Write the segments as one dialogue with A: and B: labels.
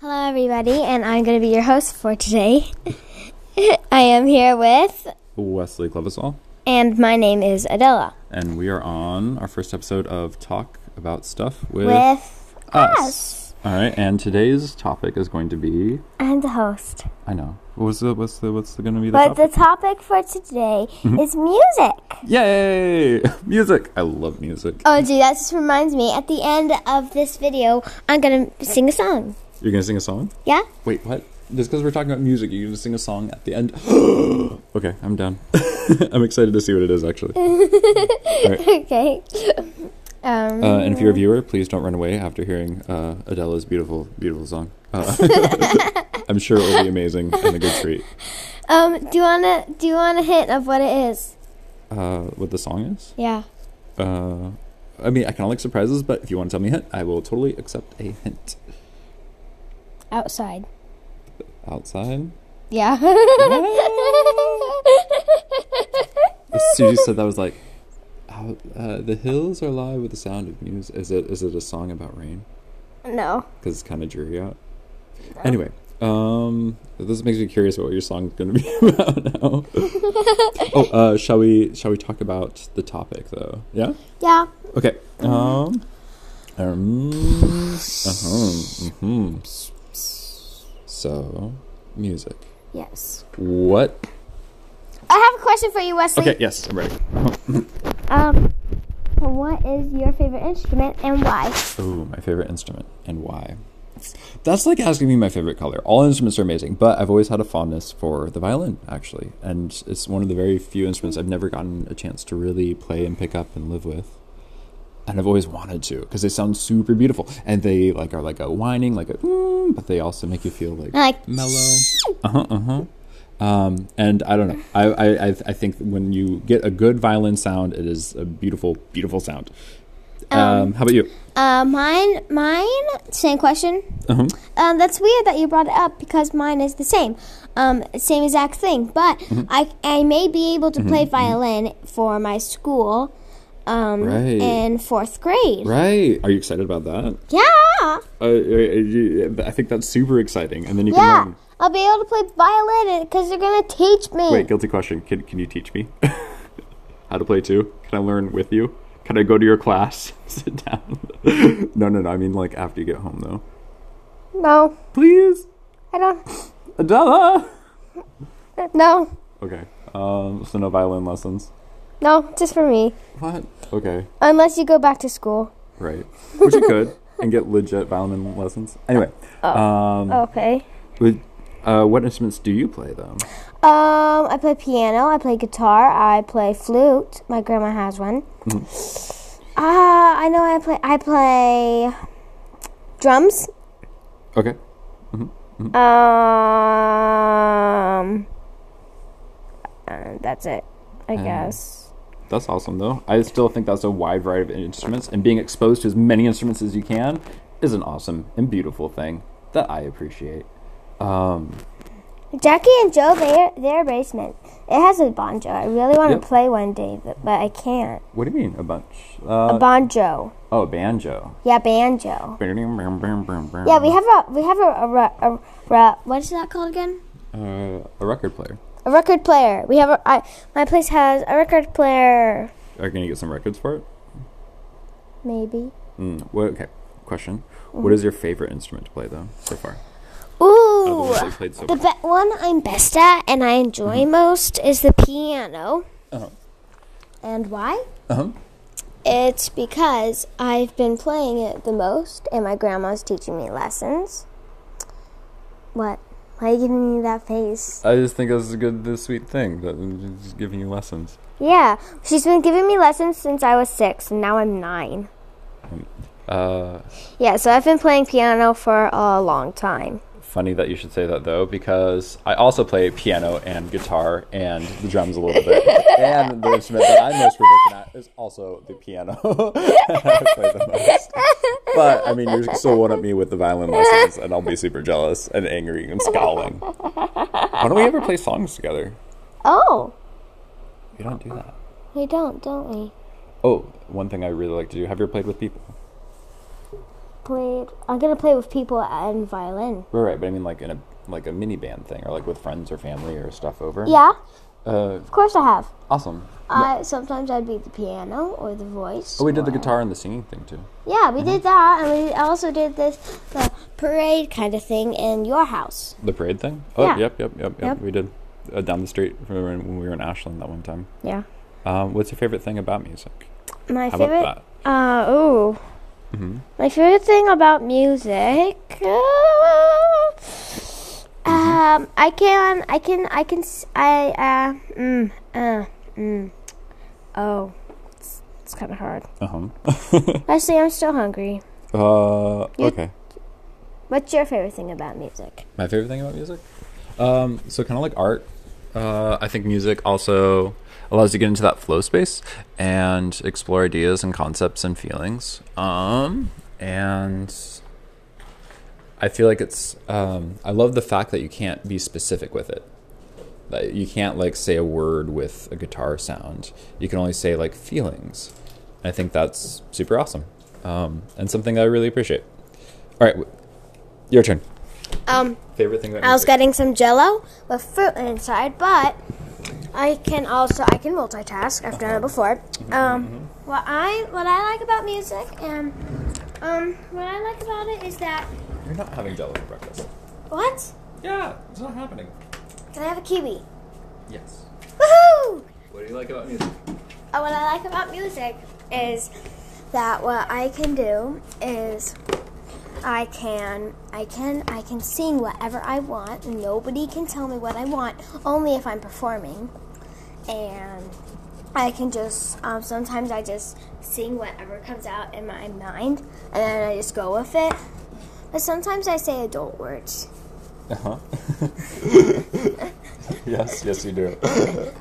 A: Hello, everybody, and I'm going to be your host for today. I am here with,
B: Wesley Clevisall,
A: and my name is Adela.
B: and we are on our first episode of Talk About Stuff with,
A: With
B: us.
A: us.
B: All right, and today's topic is going to be
A: I'm the host.
B: I know. What was the what's the what's going to be the
A: But the topic
B: topic?
A: Mm-hmm. for today is music.
B: Yay! music. I love music.
A: Oh, gee, that just reminds me. At the end of this video, I'm going to sing a song.
B: You're going to sing a song?
A: Yeah?
B: Wait, what? Just because we're talking about music, you're going to sing a song at the end? okay, I'm down. I'm excited to see what it is actually.
A: Okay. Um,
B: Uh, and if you're a viewer, please don't run away after hearing uh, Adela's beautiful, beautiful song. Uh, I'm sure it will be amazing and a good treat.
A: um, do you wanna do you want a hint of what it is?
B: Uh, what the song is?
A: Yeah.
B: Uh, I mean, I kind of like surprises, but if you want to tell me a hint, I will totally accept a hint.
A: Outside.
B: Outside?
A: Yeah.
B: As soon as you said that, I was like, "Out- uh, the hills are live with the sound of music. Is it? Is it a song about rain?
A: no.
B: Because it's kind of dreary out. Anyway, um, this makes me curious about what your song's going to be about now. oh, uh, shall we? Shall we talk about the topic though? Yeah.
A: Yeah.
B: Okay. Um. Um. Uh-huh. hmm So, music.
A: Yes.
B: What?
A: I have a question for you, Wesley.
B: Okay. Yes, I'm ready.
A: Um, what is your favorite instrument and why?
B: Ooh, my favorite instrument and why? That's like asking me my favorite color. All instruments are amazing, but I've always had a fondness for the violin, actually, and it's one of the very few instruments I've never gotten a chance to really play and pick up and live with. And I've always wanted to because they sound super beautiful, and they like are like a whining, like a, mm, but they also make you feel like
A: Like-
B: mellow. Uh huh. Uh huh. Um, and I don't know. I, I I I think when you get a good violin sound, it is a beautiful, beautiful sound. um how about you?
A: Uh, mine, mine, same question.
B: Uh-huh.
A: Um, that's weird that you brought it up because mine is the same, um, same exact thing. But
B: Mm-hmm.
A: I, I may be able to play violin for my school, um,
B: Right.
A: in fourth grade.
B: Right. Are you excited about that?
A: Yeah,
B: Uh, uh, uh, I think that's super exciting. And then you
A: yeah.
B: can learn.
A: I'll be able to play violin because they're gonna teach me.
B: Wait, guilty question. Can, can you teach me how to play too? Can I learn with you? Can I go to your class? Sit down. no, no, no. I mean, like, after you get home, though.
A: No,
B: Please,
A: I don't.
B: Adela!
A: No,
B: Okay. Um, so, no violin lessons.
A: no, just for me.
B: What? Okay.
A: Unless you go back to school.
B: Right. Which you could and get legit violin lessons. Anyway. Um,
A: Okay.
B: with- uh, what instruments do you play, though?
A: Um, I play piano. I play guitar. I play flute. My grandma has one.
B: Mm.
A: Ah, I know. I play. I play drums.
B: Okay. Mm.
A: Um, uh, that's it. I
B: Uh.
A: guess.
B: That's awesome, though. I still think that's a wide variety of instruments, and being exposed to as many instruments as you can is an awesome and beautiful thing that I appreciate. Um,
A: Jackie and Joe, their their basement. It has a banjo. I really want to
B: Yep.
A: play one day, but, but I can't.
B: what do you mean, a bunch?
A: A
B: Uh,
A: banjo.
B: oh, a banjo.
A: Yeah, banjo. Yeah,
B: Yeah,
A: we have a we have a, a, re- a, re- what is that called again?
B: uh, a record player.
A: A record player. We have a, I, my place has a record player.
B: Are Uh, you gonna get some records for it?
A: Maybe.
B: Mm, well, okay. Question:
A: Mm-hmm.
B: What is your favorite instrument to play, though, so far? Of the
A: Ooh.
B: ones that you played so
A: The
B: far.
A: be- one I'm best at and I enjoy most is the piano.
B: Uh-huh.
A: And why?
B: Uh-huh.
A: It's because I've been playing it the most and my grandma's teaching me lessons. What? Why are you giving me that face?
B: I just think that's a good, the sweet thing that just giving you lessons.
A: Yeah, she's been giving me lessons since I was six and now I'm nine.
B: Uh,
A: Yeah, so I've been playing piano for a long time.
B: Funny that you should say that though, because I also play piano and guitar and the drums a little bit. and the instrument that I'm most proficient at is also the piano. I play the most. But I mean, you're still one at me with the violin lessons, and I'll be super jealous and angry and scowling. Why don't we ever play songs together?
A: Oh,
B: We don't do that.
A: we don't, don't we?
B: Oh, one thing I really like to do. Have you ever played with people?
A: played. I'm gonna play with people and violin.
B: Right, right. But I mean, like in a like a mini band thing, or like with friends or family or stuff over.
A: Yeah,
B: Uh,
A: of course I have.
B: awesome.
A: I sometimes I'd beat the piano or the voice.
B: Oh, we did the
A: or-
B: guitar Mm-hmm. and the singing thing too.
A: Yeah, we did that, and we also did this the parade kind of thing in your house.
B: The parade thing. Oh,
A: Yeah.
B: yep, yep, yep, yep,
A: Yep.
B: We did uh, down the street from when when we were in Ashland that one time.
A: Yeah.
B: Um, what's your favorite thing about music?
A: My
B: How
A: favorite.
B: about
A: Uh oh.
B: that? hmm
A: My favorite thing about music. uh,
B: Mm-hmm.
A: Um, I can, I can, I can, s- I, uh, mm, uh, mm. Oh, it's, it's kind of hard.
B: Uh-huh.
A: Leslie, I'm still hungry.
B: uh
A: You-
B: Okay.
A: What's your favorite thing about music?
B: My favorite thing about music? Um, so kind of like art. Uh, I think music also allows you to get into that flow space and explore ideas and concepts and feelings. Um, and I feel like it's um, I love the fact that you can't be specific with it. That you can't like say a word with a guitar sound. You can only say like feelings. I think that's super awesome. Um, and something that I really appreciate. All right, w- your turn.
A: Um,
B: Favorite thing about
A: I was
B: music?
A: getting some Jello with fruit inside, but I can also I can multitask. I've done it before. Um, what I what I like about music and um what I like about it is that
B: You're not having jello for breakfast.
A: what
B: Yeah, it's not happening.
A: can I have a kiwi?
B: Yes.
A: Woohoo!
B: What do you like about music?
A: Uh, what I like about music is that what I can do is I can I can I can sing whatever I want. Nobody can tell me what I want, only if I'm performing. And I can just um, sometimes I just sing whatever comes out in my mind, and then I just go with it. But sometimes I say adult words.
B: Uh huh. yes, yes, you do.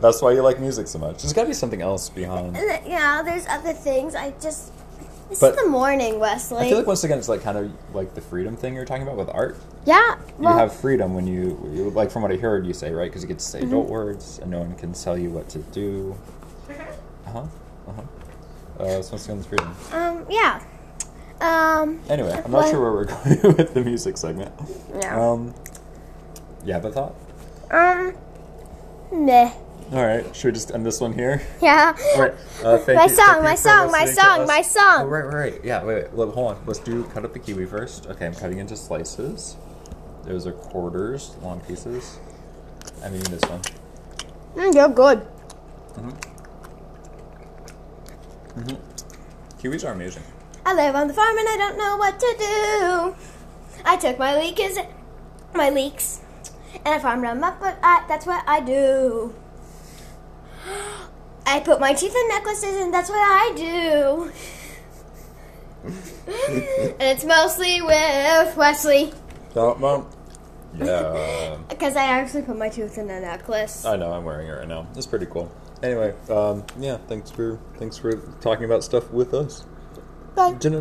B: That's why you like music so much. There's got to be something else beyond.
A: And then, you know, there's other things. I just this
B: But-
A: is the morning, Wesley.
B: I feel like once again, it's like kind of like the freedom thing you're talking about with art.
A: yeah, well,
B: you have freedom when you, you like from what I heard you say, right? Because you get to say adult words, and no one can tell you what to do. Uh huh. Uh huh. Uh, so once again, it's freedom.
A: Um, yeah. Um,
B: Anyway, I'm not
A: Well-
B: sure where we're going with the music segment.
A: yeah.
B: Um, you have a thought?
A: Um, meh.
B: All right, should we just end this one here?
A: Yeah.
B: All right. Uh, thank
A: My
B: you-
A: song,
B: thank you
A: my
B: for
A: song, my
B: listening to
A: song,
B: us.
A: my song.
B: Oh, right, right, right. Yeah, wait, wait. Look, hold on. Let's do cut up the kiwi first. Okay, I'm cutting into slices. Those are quarters, long pieces. I'm eating this one.
A: Mm, you're good.
B: Kiwis are amazing.
A: I live on the farm and I don't know what to do. I took my leeks, my leeks, and I farmed them up, but I, that's what I do. I put my teeth in necklaces and that's what I do. and it's mostly with Wesley
B: Don't mom. Yeah.
A: because I actually put my tooth in a necklace.
B: I know. I'm wearing it right now. It's pretty cool. Anyway, um, yeah. Thanks for thanks for talking about stuff with us.
A: Bye.
B: Jenna,